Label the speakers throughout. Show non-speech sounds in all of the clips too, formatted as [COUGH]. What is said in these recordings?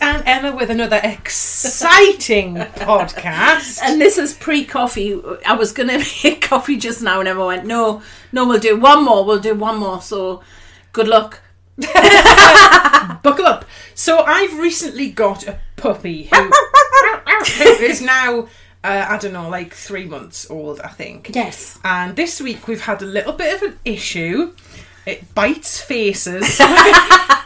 Speaker 1: with another exciting podcast.
Speaker 2: And this is pre coffee. I was going to [LAUGHS] make coffee just now, and Emma went, No, no, we'll do one more. We'll do one more. So good luck.
Speaker 1: Buckle up. So I've recently got a puppy who, who is now, uh, I don't know, like three months old, I think.
Speaker 2: Yes.
Speaker 1: And this week we've had a little bit of an issue. It bites faces,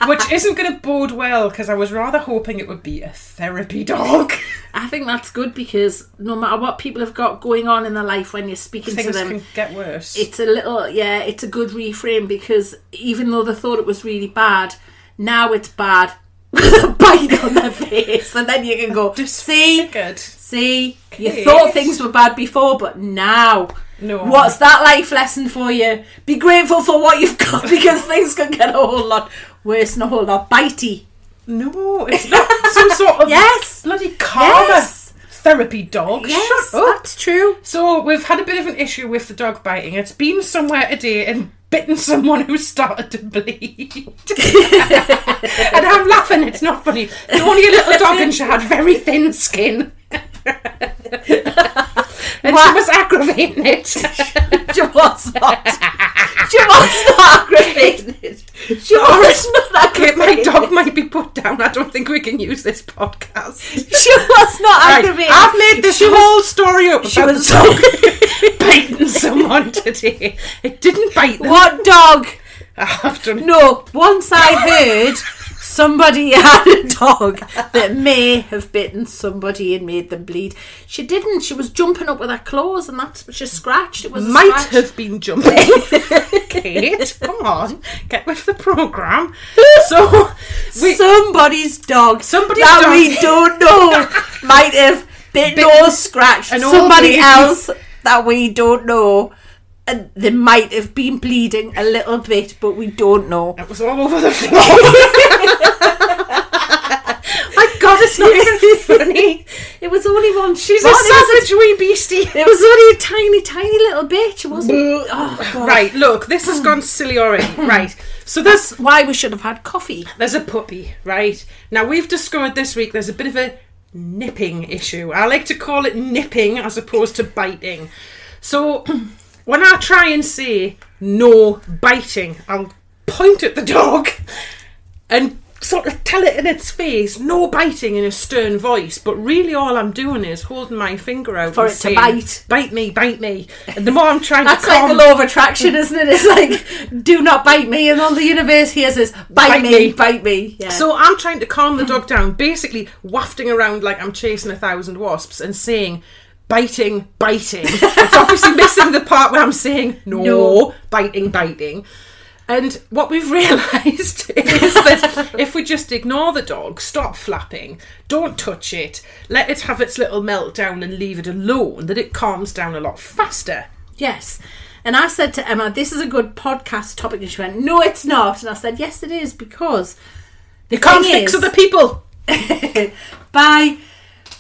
Speaker 1: which isn't going to bode well because I was rather hoping it would be a therapy dog.
Speaker 2: I think that's good because no matter what people have got going on in their life when you're speaking to
Speaker 1: Things
Speaker 2: them,
Speaker 1: can get worse.
Speaker 2: it's a little yeah it's a good reframe because even though they thought it was really bad now it's bad [LAUGHS] with a bite on their face and then you can go see
Speaker 1: Good.
Speaker 2: see you
Speaker 1: Kate."
Speaker 2: thought things were bad before but now
Speaker 1: No.
Speaker 2: what's that life lesson for you be grateful for what you've got [LAUGHS] because things can get a whole lot worse and a whole lot bitey
Speaker 1: No, it's not some sort of
Speaker 2: [LAUGHS] Yes.
Speaker 1: bloody karma
Speaker 2: Yes.
Speaker 1: therapy dog.
Speaker 2: yes
Speaker 1: Shut up.
Speaker 2: that's true
Speaker 1: So we've had a bit of an issue with the dog biting. It's been somewhere today and bitten someone who started to bleed. [LAUGHS] and I'm laughing, it's not funny. It's only a little dog and she had very thin skin. [LAUGHS] and she was aggravating
Speaker 2: [LAUGHS]
Speaker 1: it.
Speaker 2: [LAUGHS] she was not she was not aggravated she was not
Speaker 1: Okay, my
Speaker 2: aggravated
Speaker 1: dog might be put down. I don't think we can use this
Speaker 2: [LAUGHS]
Speaker 1: podcast.
Speaker 2: She was not
Speaker 1: Right,
Speaker 2: aggravated.
Speaker 1: I've made this whole story up
Speaker 2: She
Speaker 1: about
Speaker 2: was
Speaker 1: the dog
Speaker 2: [LAUGHS]
Speaker 1: biting someone today. It didn't bite them.
Speaker 2: what dog?
Speaker 1: I've done
Speaker 2: No, once I [LAUGHS] heard somebody [LAUGHS] had a dog that may have bitten somebody and made them bleed. She didn't. She was jumping up with her claws, and that's she scratched. It was a
Speaker 1: might
Speaker 2: scratch.
Speaker 1: have been jumping. [LAUGHS] Kate, come on, get with the
Speaker 2: [LAUGHS]
Speaker 1: program. So, we,
Speaker 2: somebody's dog.
Speaker 1: Somebody's
Speaker 2: that
Speaker 1: dog.
Speaker 2: we don't [LAUGHS] know might have bitten, or scratched
Speaker 1: an old
Speaker 2: somebody
Speaker 1: lady.
Speaker 2: else that we don't know. And they might have been bleeding a little bit, but we don't know.
Speaker 1: that was all over the floor. My God, it's not
Speaker 2: [LAUGHS]
Speaker 1: even funny.
Speaker 2: It was only one. She's
Speaker 1: The savage wee beastie.
Speaker 2: It was only a tiny, tiny little bitch, wasn't it?
Speaker 1: [LAUGHS]
Speaker 2: Oh, God.
Speaker 1: Right, look, this
Speaker 2: [SIGHS]
Speaker 1: has gone silly already. Right, so there's
Speaker 2: Why we should have had coffee.
Speaker 1: there's a puppy, right? Now we've discovered this week there's a bit of a nipping issue. I like to call it nipping as opposed to biting. So [CLEARS THROAT] when I try and say no biting, I'll point at the dog and sort of tell it in its face, no biting in a stern voice. But really all I'm doing is holding my finger out
Speaker 2: For
Speaker 1: and
Speaker 2: it to
Speaker 1: saying,
Speaker 2: bite.
Speaker 1: Bite me, bite me. And the more I'm
Speaker 2: [LAUGHS]
Speaker 1: trying
Speaker 2: That's
Speaker 1: to calm
Speaker 2: like the law of attraction, isn't it? It's like, do not bite me, and all the universe here says, bite,
Speaker 1: Bite
Speaker 2: me,
Speaker 1: me.
Speaker 2: bite me. Yeah.
Speaker 1: So I'm trying to calm the dog down, basically wafting around like I'm chasing a thousand wasps and saying, biting, biting. it's
Speaker 2: [LAUGHS]
Speaker 1: obviously missing the part where I'm saying, no,
Speaker 2: No.
Speaker 1: biting, biting. And what we've [LAUGHS] realised is that if we just ignore the dog, stop flapping, don't touch it, let it have its little meltdown and leave it alone, that it calms down a lot faster.
Speaker 2: yes. And I said to Emma, this is a good podcast topic. And she went, no, it's not. And I said, yes, it is, because
Speaker 1: You can't
Speaker 2: Thing
Speaker 1: fix
Speaker 2: is-
Speaker 1: other people.
Speaker 2: [LAUGHS] by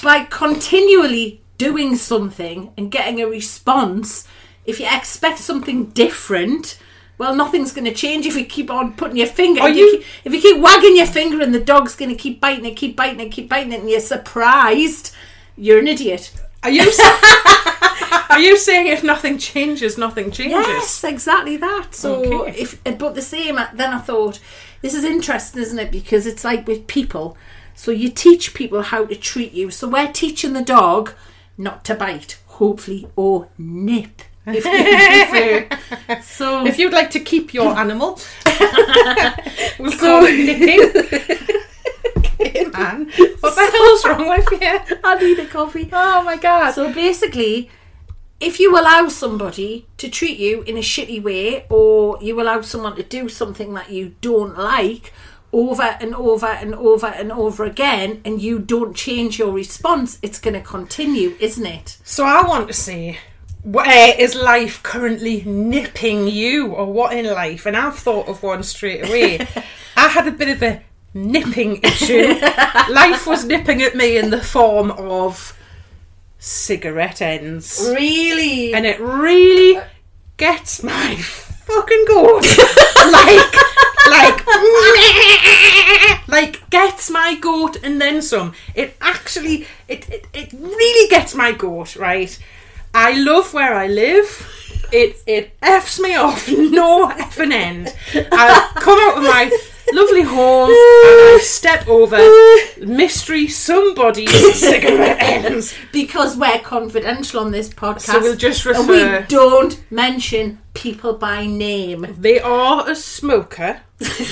Speaker 2: by continually doing something and getting a response if you expect something different well nothing's going to change if you keep on putting your finger
Speaker 1: Are
Speaker 2: if you
Speaker 1: you-
Speaker 2: keep, if you keep wagging your finger and the dog's going to keep biting it keep biting it keep biting it and you're surprised you're an idiot
Speaker 1: Are you, sa- [LAUGHS] are you saying if nothing changes, nothing changes?
Speaker 2: Yes, exactly that. So
Speaker 1: Okay.
Speaker 2: if eh, but the same uh, then I thought this is interesting, isn't it? Because it's like with people. So you teach people how to treat you. So we're teaching the dog not to bite, hopefully, or nip. If
Speaker 1: [LAUGHS]
Speaker 2: you prefer. So
Speaker 1: If you'd like to keep your animal, we'll call it nipping. Okay, Man, what the hell's wrong with you?
Speaker 2: I need a coffee.
Speaker 1: Oh my god!
Speaker 2: [LAUGHS] So basically, if you allow somebody to treat you in a shitty way, or you allow someone to do something that you don't like over and over and over and over again, and you don't change your response, it's going to continue, isn't it?
Speaker 1: So I want to see where is life currently nipping you, or what in life? And I've thought of one straight away. I had a bit of a nipping issue. life was nipping at me in the form of cigarette ends.
Speaker 2: Really?
Speaker 1: and it really gets my [LAUGHS] fucking goat. like, like, [LAUGHS] Like gets my goat and then some. It actually it it, it really gets my goat, right? I love where I live. It it f's me off [LAUGHS] no effing end. I come out of my lovely home and I step over mystery somebody's cigarette ends.
Speaker 2: because we're confidential on this podcast.
Speaker 1: So we'll just
Speaker 2: and we
Speaker 1: refer.
Speaker 2: don't mention people by name.
Speaker 1: They are a smoker.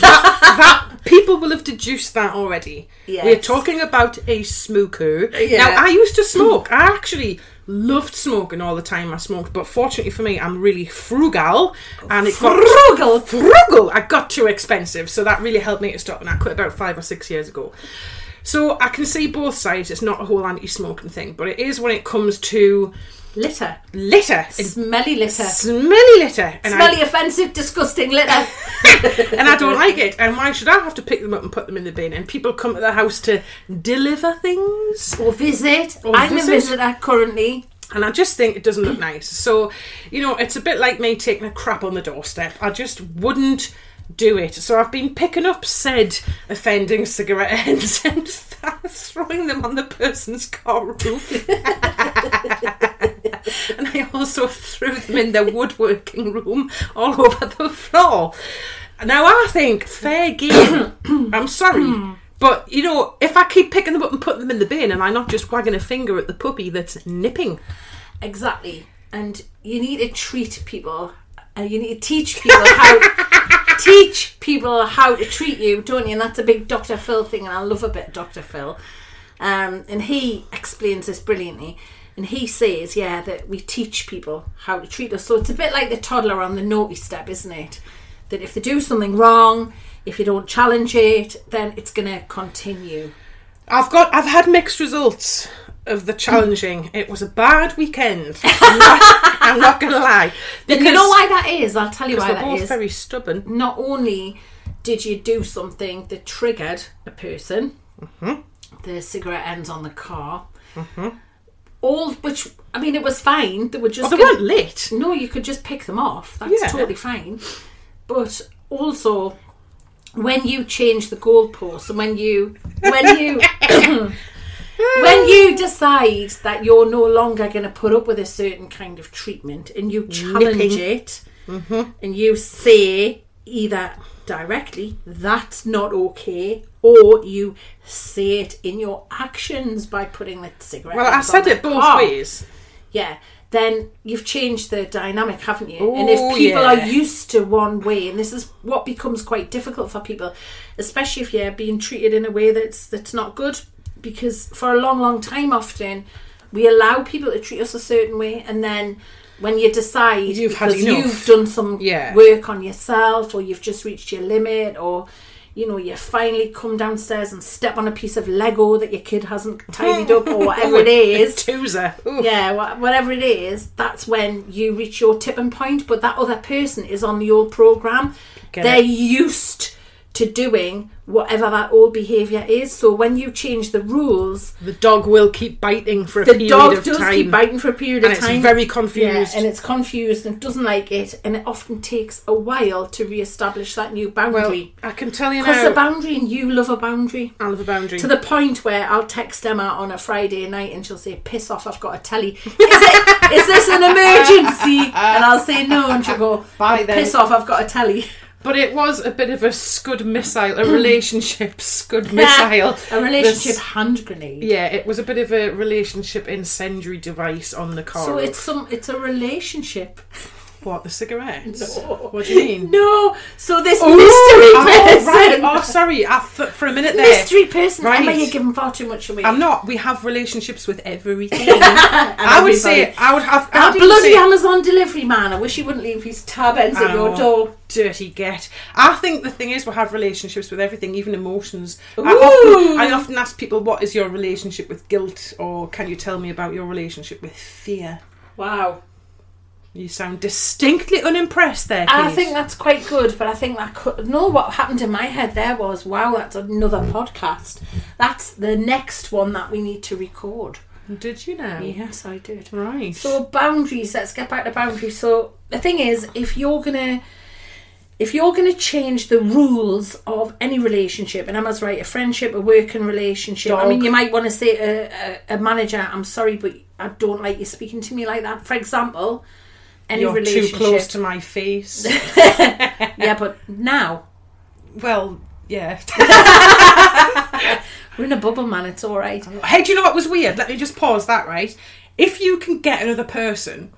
Speaker 1: that, that people will have deduced that already.
Speaker 2: Yes.
Speaker 1: We're talking about a smoker.
Speaker 2: Yeah.
Speaker 1: Now I used to smoke. I actually loved smoking all the time. I smoked, but fortunately for me, I'm really frugal, and it got
Speaker 2: Frugal.
Speaker 1: frugal. I got too expensive, so that really helped me to stop, and I quit about five or six years ago. So I can see both sides. It's not a whole anti-smoking thing, but it is when it comes to
Speaker 2: Litter.
Speaker 1: litter, and
Speaker 2: Smelly litter.
Speaker 1: smelly litter, and I
Speaker 2: Smelly, offensive, disgusting
Speaker 1: [LAUGHS]
Speaker 2: litter.
Speaker 1: and I don't like it. And why should I have to pick them up and put them in the bin? And people come to the house to deliver things,
Speaker 2: or visit.
Speaker 1: Or
Speaker 2: I'm
Speaker 1: visit.
Speaker 2: a visitor currently.
Speaker 1: and I just think it doesn't look nice. So, you know, it's a bit like me taking a crap on the doorstep. I just wouldn't do it. So I've been picking up said offending cigarette ends [LAUGHS] and throwing them on the person's car roof. [LAUGHS] and I also threw them in their woodworking room all over the floor. Now I think fair game. [COUGHS] I'm sorry. But you know, if I keep picking them up and putting them in the bin, am I not just wagging a finger at the puppy that's nipping?
Speaker 2: Exactly. And you need to treat people. And you need to teach people
Speaker 1: [LAUGHS]
Speaker 2: how teach people how to treat you, don't you? And that's a big Dr. Phil thing, and I love a bit of Dr. Phil. Um, and he explains this brilliantly. And he says, yeah, that we teach people how to treat us. So it's a bit like the toddler on the naughty step, isn't it? That if they do something wrong, if you don't challenge it, then it's going to continue.
Speaker 1: I've got I've had mixed results of the challenging. it was a bad
Speaker 2: [LAUGHS]
Speaker 1: weekend. I'm not, I'm not gonna lie. Because
Speaker 2: you know why that is? I'll tell you why
Speaker 1: we're
Speaker 2: that
Speaker 1: both
Speaker 2: is.
Speaker 1: very stubborn.
Speaker 2: not only did you do something that triggered a person, the cigarette ends on the car, all which I mean, it was fine. They were just
Speaker 1: Well, they
Speaker 2: gonna-
Speaker 1: weren't lit.
Speaker 2: no, you could just pick them off. That's
Speaker 1: Yeah.
Speaker 2: totally fine. But also, when you change the goalposts and when you when you [COUGHS] when you decide that you're no longer going to put up with a certain kind of treatment and you challenge
Speaker 1: Nipping. Mm-hmm.
Speaker 2: it and you say either directly that's not okay or you say it in your actions by putting the cigarette
Speaker 1: Well, I
Speaker 2: ends
Speaker 1: said
Speaker 2: on
Speaker 1: it
Speaker 2: the
Speaker 1: both
Speaker 2: car
Speaker 1: ways.
Speaker 2: yeah, then you've changed the dynamic, haven't you? and if
Speaker 1: Oh,
Speaker 2: people
Speaker 1: yeah.
Speaker 2: are used to one way, and this is what becomes quite difficult for people, especially if you're being treated in a way that's that's not good, because for a long, long time, often we allow people to treat us a certain way, and then when you decide
Speaker 1: You've had
Speaker 2: because
Speaker 1: enough.
Speaker 2: you've done some
Speaker 1: Yeah.
Speaker 2: work on yourself, or you've just reached your limit, or you know, you finally come downstairs and step on a piece of Lego that your kid hasn't tidied up, or
Speaker 1: [LAUGHS]
Speaker 2: whatever it is
Speaker 1: A toozer. Ooh.
Speaker 2: yeah, wha- whatever it is, that's when you reach your tipping point. But that other person is on the old program.
Speaker 1: Get
Speaker 2: They're
Speaker 1: it.
Speaker 2: used to doing whatever that old behaviour is. So when you change the rules,
Speaker 1: The dog will keep biting for a
Speaker 2: the
Speaker 1: period
Speaker 2: dog
Speaker 1: of
Speaker 2: does
Speaker 1: time.
Speaker 2: keep biting for a period
Speaker 1: and
Speaker 2: of
Speaker 1: it's
Speaker 2: time.
Speaker 1: very
Speaker 2: yeah,
Speaker 1: confused.
Speaker 2: and it's confused and doesn't like it, and it often takes a while to re-establish that new
Speaker 1: well,
Speaker 2: boundary.
Speaker 1: I can tell you
Speaker 2: Because
Speaker 1: now.
Speaker 2: a boundary, and you love a boundary.
Speaker 1: I love a boundary.
Speaker 2: To the point where I'll text Emma on a Friday night and she'll say, Piss off, I've got a telly. Is, it, is this an emergency? And I'll say no and she'll go,
Speaker 1: [LAUGHS] Bye then.
Speaker 2: Piss off, I've got a telly.
Speaker 1: But it was a bit of a scud missile,
Speaker 2: [CLEARS THROAT]
Speaker 1: a relationship scud [LAUGHS] missile.
Speaker 2: [LAUGHS] a relationship
Speaker 1: This-
Speaker 2: hand grenade.
Speaker 1: yeah, it was a bit of a relationship incendiary device on the car.
Speaker 2: So it's some it's a relationship.
Speaker 1: what the cigarettes?
Speaker 2: No.
Speaker 1: What do you mean?
Speaker 2: [LAUGHS] No. So this
Speaker 1: Ooh,
Speaker 2: mystery
Speaker 1: oh,
Speaker 2: person
Speaker 1: right. Oh, sorry. I th- for a minute there,
Speaker 2: Mystery person
Speaker 1: Right.
Speaker 2: Emma, you're giving far too much away.
Speaker 1: I'm not. We have relationships with
Speaker 2: [LAUGHS]
Speaker 1: everything. I would say I would have. how
Speaker 2: that
Speaker 1: do you
Speaker 2: bloody
Speaker 1: say-
Speaker 2: Amazon delivery man, I wish he wouldn't leave his tab ends at your
Speaker 1: Oh.
Speaker 2: door.
Speaker 1: dirty get. I think the thing is, we have relationships with everything, even emotions. I
Speaker 2: Ooh.
Speaker 1: often, I often ask people, "What is your relationship with guilt?" or "Can you tell me about your relationship with fear?"
Speaker 2: Wow.
Speaker 1: You sound distinctly unimpressed there.
Speaker 2: I
Speaker 1: Kate.
Speaker 2: think that's quite good, but I think that could. No, what happened in my head there was, wow, that's another podcast. That's the next one that we need to record.
Speaker 1: Did you know?
Speaker 2: Yes, I did.
Speaker 1: Right.
Speaker 2: So boundaries. Let's get back to boundaries. So the thing is, if you're gonna, if you're going to change the rules of any relationship, and Emma's right, a friendship, a working relationship. I
Speaker 1: Dog.
Speaker 2: mean, you might want to say a, a, a manager, I'm sorry, but I don't like you speaking to me like that. For example, any
Speaker 1: You're too
Speaker 2: relationship.
Speaker 1: close to my face.
Speaker 2: yeah, but now
Speaker 1: [LAUGHS] well, yeah.
Speaker 2: we're in a bubble, man. It's all right.
Speaker 1: Hey, do you know what was weird? Let me just pause that, right? If you can get another person,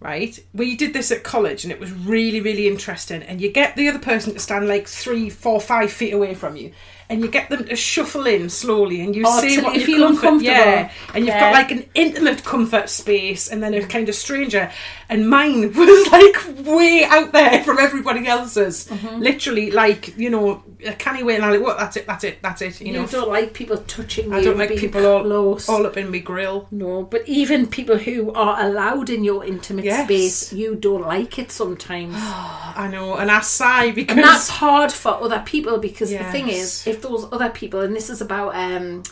Speaker 1: right? We did this at college and it was really, really interesting. And you get the other person to stand like three, four, five feet away from you. And you get them to shuffle in slowly and you
Speaker 2: Oh,
Speaker 1: see
Speaker 2: till
Speaker 1: what
Speaker 2: you
Speaker 1: your
Speaker 2: feel
Speaker 1: comfort-
Speaker 2: uncomfortable.
Speaker 1: Yeah. And you've
Speaker 2: Yeah.
Speaker 1: got like an intimate comfort space and then a kind of stranger. And mine [LAUGHS] was like way out there from everybody else's.
Speaker 2: Mm-hmm.
Speaker 1: Literally like, you know, a canny way and I'm like, what, that's it, that's it, that's it. You,
Speaker 2: You,
Speaker 1: know,
Speaker 2: don't like people touching you.
Speaker 1: I don't
Speaker 2: and
Speaker 1: like
Speaker 2: being
Speaker 1: people all,
Speaker 2: close.
Speaker 1: all up in my grill.
Speaker 2: No, but even people who are allowed in your intimate
Speaker 1: Yes.
Speaker 2: space, you don't like it
Speaker 1: [GASPS]
Speaker 2: sometimes.
Speaker 1: I know, and I sigh because
Speaker 2: and that's hard for other people because the thing
Speaker 1: Yes.
Speaker 2: is, if those other people, and this is about, um,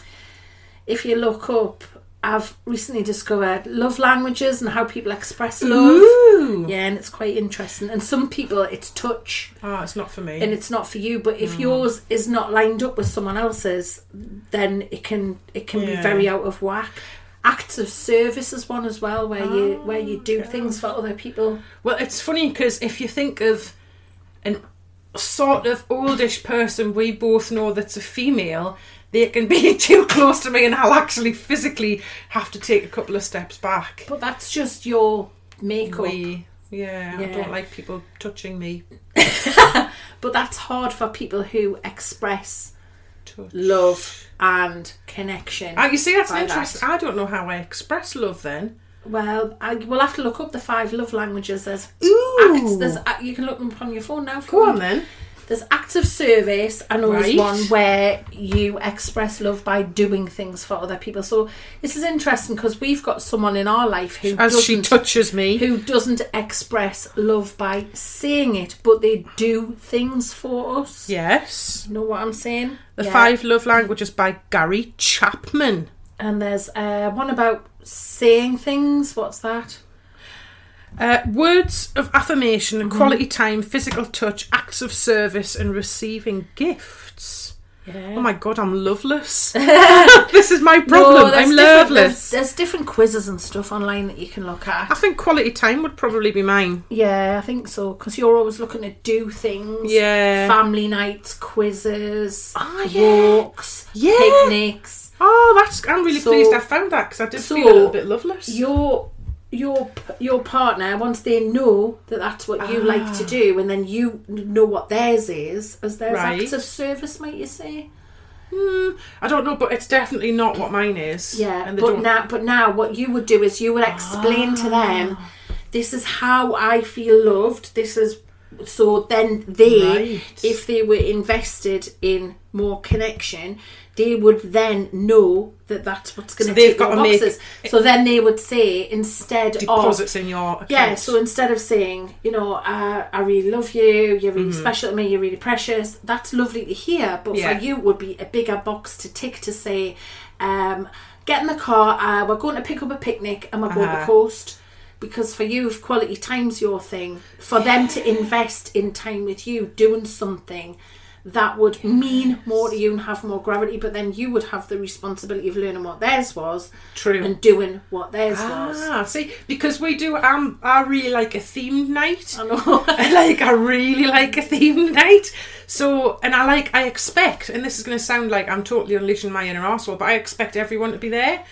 Speaker 2: if you look up, I've recently discovered love languages and how people express love.
Speaker 1: Ooh.
Speaker 2: Yeah, and it's quite interesting. And some people, it's touch
Speaker 1: Ah, it's not for me.
Speaker 2: and it's not for you. But
Speaker 1: Mm.
Speaker 2: if yours is not lined up with someone else's, then it can it can be
Speaker 1: Yeah.
Speaker 2: very out of whack. Acts of service is one as well, where you
Speaker 1: Oh,
Speaker 2: where you do things for other people.
Speaker 1: well, it's funny because if you think of an sort of oldish person we both know that's a female, they can be [LAUGHS] too close to me, and I'll actually physically have to take a couple of steps back.
Speaker 2: But that's just your makeup.
Speaker 1: We, yeah, I
Speaker 2: Yeah.
Speaker 1: don't like people touching me.
Speaker 2: But that's hard for people who express
Speaker 1: Touch.
Speaker 2: love and connection.
Speaker 1: Ah, you see, that's
Speaker 2: By that.
Speaker 1: interesting. I don't know how I express love then.
Speaker 2: well, I, we'll have to look up the five love languages. There's
Speaker 1: Ooh.
Speaker 2: acts. There's a- you can look them up on your phone now. if you
Speaker 1: Go
Speaker 2: want.
Speaker 1: on then.
Speaker 2: There's acts of service and always
Speaker 1: Right.
Speaker 2: one where you express love by doing things for other people. So this is interesting because we've got someone in our life who
Speaker 1: As she
Speaker 2: doesn't
Speaker 1: touches me.
Speaker 2: who doesn't express love by saying it, but they do things for us.
Speaker 1: Yes.
Speaker 2: You know what I'm saying?
Speaker 1: The
Speaker 2: Yeah.
Speaker 1: Five Love Languages by Gary Chapman.
Speaker 2: And there's uh, one about saying things. What's that?
Speaker 1: Uh, words of affirmation,
Speaker 2: Mm-hmm.
Speaker 1: quality time, physical touch, acts of service, and receiving gifts.
Speaker 2: Yeah.
Speaker 1: Oh my god, I'm
Speaker 2: [LAUGHS]
Speaker 1: loveless. [LAUGHS] this is my problem. I'm
Speaker 2: Oh, different,
Speaker 1: loveless.
Speaker 2: there's, there's different quizzes and stuff online that you can look at.
Speaker 1: I think quality time would probably be mine.
Speaker 2: Yeah, I think so. Because you're always looking to do things.
Speaker 1: Yeah.
Speaker 2: Family nights, quizzes,
Speaker 1: Ah, yeah.
Speaker 2: walks,
Speaker 1: Yeah.
Speaker 2: picnics.
Speaker 1: Oh, that's. I'm really
Speaker 2: So-
Speaker 1: pleased I found that because I did
Speaker 2: so
Speaker 1: feel a little bit loveless.
Speaker 2: Your your your partner once they know that that's what you like
Speaker 1: Ah.
Speaker 2: to do, and then you know what theirs is, as their
Speaker 1: Right.
Speaker 2: acts of service, might you say?
Speaker 1: Hmm, I don't know, but it's definitely not what mine is.
Speaker 2: Yeah.
Speaker 1: And they
Speaker 2: But
Speaker 1: don't-
Speaker 2: now, but now, what you would do is you would explain to them,
Speaker 1: Ah.
Speaker 2: this is how I feel loved. This is so then they
Speaker 1: Right.
Speaker 2: if they were invested in more connection, they would then know that that's what's going
Speaker 1: So
Speaker 2: to
Speaker 1: they've
Speaker 2: take their
Speaker 1: gotta make-
Speaker 2: boxes. So then they would say instead of
Speaker 1: deposits in your account.
Speaker 2: yeah, so instead of saying you know uh, I really love you, you're really special to me, you're really precious, that's lovely to hear. But
Speaker 1: Mm-hmm. Yeah.
Speaker 2: for you, it would be a bigger box to tick to say, um, get in the car, uh, we're going to pick up a picnic, and we're going to
Speaker 1: Uh-huh.
Speaker 2: coast. Because for you, if quality time's your thing, for them to invest in time with you, doing something that would mean more to you and have more gravity, but then you would have the responsibility of learning what theirs was
Speaker 1: True.
Speaker 2: and doing what theirs was.
Speaker 1: Ah, see, because we do. Um, I really like a themed night.
Speaker 2: I know.
Speaker 1: [LAUGHS]
Speaker 2: [LAUGHS]
Speaker 1: like I really like a theme night. So and I like I expect, and this is going to sound like I'm totally unleashing my inner arsehole, but I expect everyone to be there,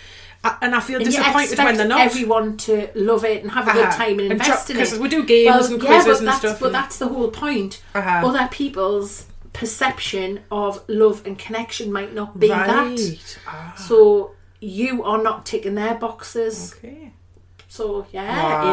Speaker 1: I, and I feel
Speaker 2: And you
Speaker 1: disappointed
Speaker 2: expect
Speaker 1: when they're not.
Speaker 2: Everyone to love it and have a good
Speaker 1: Uh-huh.
Speaker 2: time
Speaker 1: And
Speaker 2: and invest
Speaker 1: jo-
Speaker 2: in it.
Speaker 1: 'cause we do games and quizzes
Speaker 2: but
Speaker 1: and
Speaker 2: that's,
Speaker 1: stuff
Speaker 2: But
Speaker 1: and-
Speaker 2: that's the whole point.
Speaker 1: Uh-huh.
Speaker 2: Other people's perception of love and connection might not be that.
Speaker 1: Right. Ah,
Speaker 2: So you are not ticking their boxes.
Speaker 1: okay.
Speaker 2: So yeah,
Speaker 1: Wow.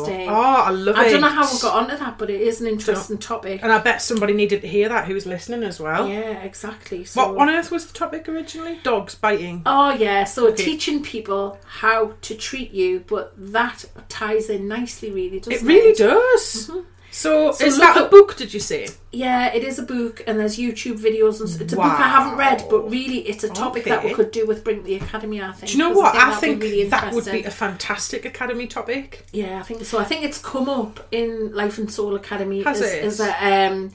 Speaker 2: interesting.
Speaker 1: Oh, I love it.
Speaker 2: I don't know how we got onto that, but it is an interesting topic.
Speaker 1: And I bet somebody needed to hear that who's listening as well.
Speaker 2: Yeah, exactly. So
Speaker 1: What on earth was the topic originally? Dogs biting.
Speaker 2: Oh yeah, so
Speaker 1: Okay.
Speaker 2: teaching people how to treat you, but that ties in nicely, really, doesn't
Speaker 1: it
Speaker 2: it?
Speaker 1: really does. Mm-hmm. So, is
Speaker 2: look
Speaker 1: that a
Speaker 2: up-
Speaker 1: book? Did you say?
Speaker 2: Yeah, it is a book, and there's YouTube videos. And s- it's a book I
Speaker 1: Wow.
Speaker 2: haven't read, but really, it's a topic that we
Speaker 1: Okay.
Speaker 2: could do with Bring to the Academy. I think.
Speaker 1: Do you know
Speaker 2: 'cause
Speaker 1: what? I
Speaker 2: that'd
Speaker 1: think that would
Speaker 2: interesting.
Speaker 1: be a fantastic academy topic.
Speaker 2: Yeah, I think so. I think it's come up in Life and Soul Academy.
Speaker 1: Has
Speaker 2: as,
Speaker 1: it?
Speaker 2: as a um,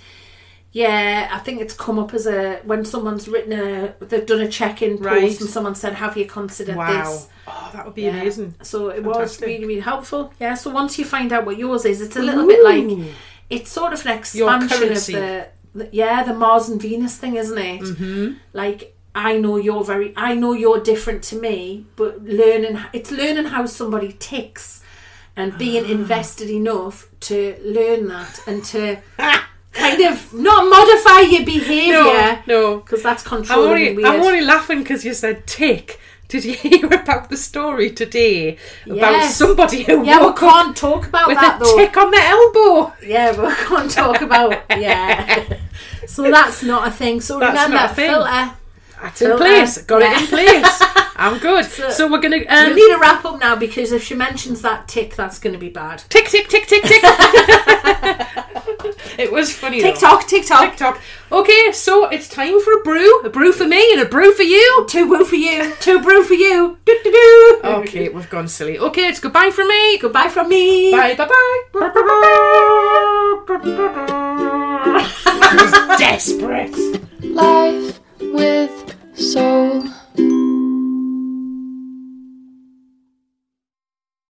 Speaker 2: yeah, I think it's come up as a when someone's written a they've done a check in
Speaker 1: Right.
Speaker 2: post and someone said, "Have you considered
Speaker 1: Wow.
Speaker 2: this?"
Speaker 1: Oh, that would be
Speaker 2: Yeah.
Speaker 1: amazing.
Speaker 2: So it was
Speaker 1: Fantastic.
Speaker 2: really really helpful. Yeah. So once you find out what yours is, it's a little bit like
Speaker 1: Ooh.
Speaker 2: it's sort of an
Speaker 1: Your
Speaker 2: expansion of
Speaker 1: currency.
Speaker 2: the, the yeah the Mars and Venus thing, isn't it? Mm-hmm. Like I know you're very I know you're different to me, but learning it's learning how somebody ticks and being
Speaker 1: [GASPS]
Speaker 2: invested enough to learn that and to kind of not modify
Speaker 1: [LAUGHS]
Speaker 2: your behaviour
Speaker 1: no, no.
Speaker 2: because that's
Speaker 1: I'm
Speaker 2: controlling and
Speaker 1: only,
Speaker 2: weird.
Speaker 1: I'm only laughing because you said tick. Did you [LAUGHS] hear about the story today about
Speaker 2: Yes.
Speaker 1: somebody who
Speaker 2: yeah, we
Speaker 1: woke up
Speaker 2: can't talk about
Speaker 1: with
Speaker 2: that
Speaker 1: a
Speaker 2: though.
Speaker 1: tick on the elbow?
Speaker 2: Yeah, but we can't talk about yeah. So that's not a thing. So
Speaker 1: That's
Speaker 2: remember,
Speaker 1: not a thing.
Speaker 2: filter.
Speaker 1: That's in
Speaker 2: Filter.
Speaker 1: place. Got
Speaker 2: Yeah.
Speaker 1: it in place.
Speaker 2: [LAUGHS]
Speaker 1: I'm good. So, we're gonna
Speaker 2: We
Speaker 1: um,
Speaker 2: need to wrap up now because if she mentions that tick, that's going to be bad.
Speaker 1: tick tick tick tick
Speaker 2: [LAUGHS]
Speaker 1: tick. it was funny. though.
Speaker 2: TikTok, TikTok.
Speaker 1: TikTok. Okay, so it's time for a brew. A brew for me and a brew for
Speaker 2: [LAUGHS]
Speaker 1: you.
Speaker 2: Two woo for you. Two brew for you. Do do do.
Speaker 1: Okay, we've gone silly. Okay, it's goodbye from me. Goodbye.
Speaker 2: Goodbye from me.
Speaker 1: Bye bye bye. Desperate.
Speaker 3: Life with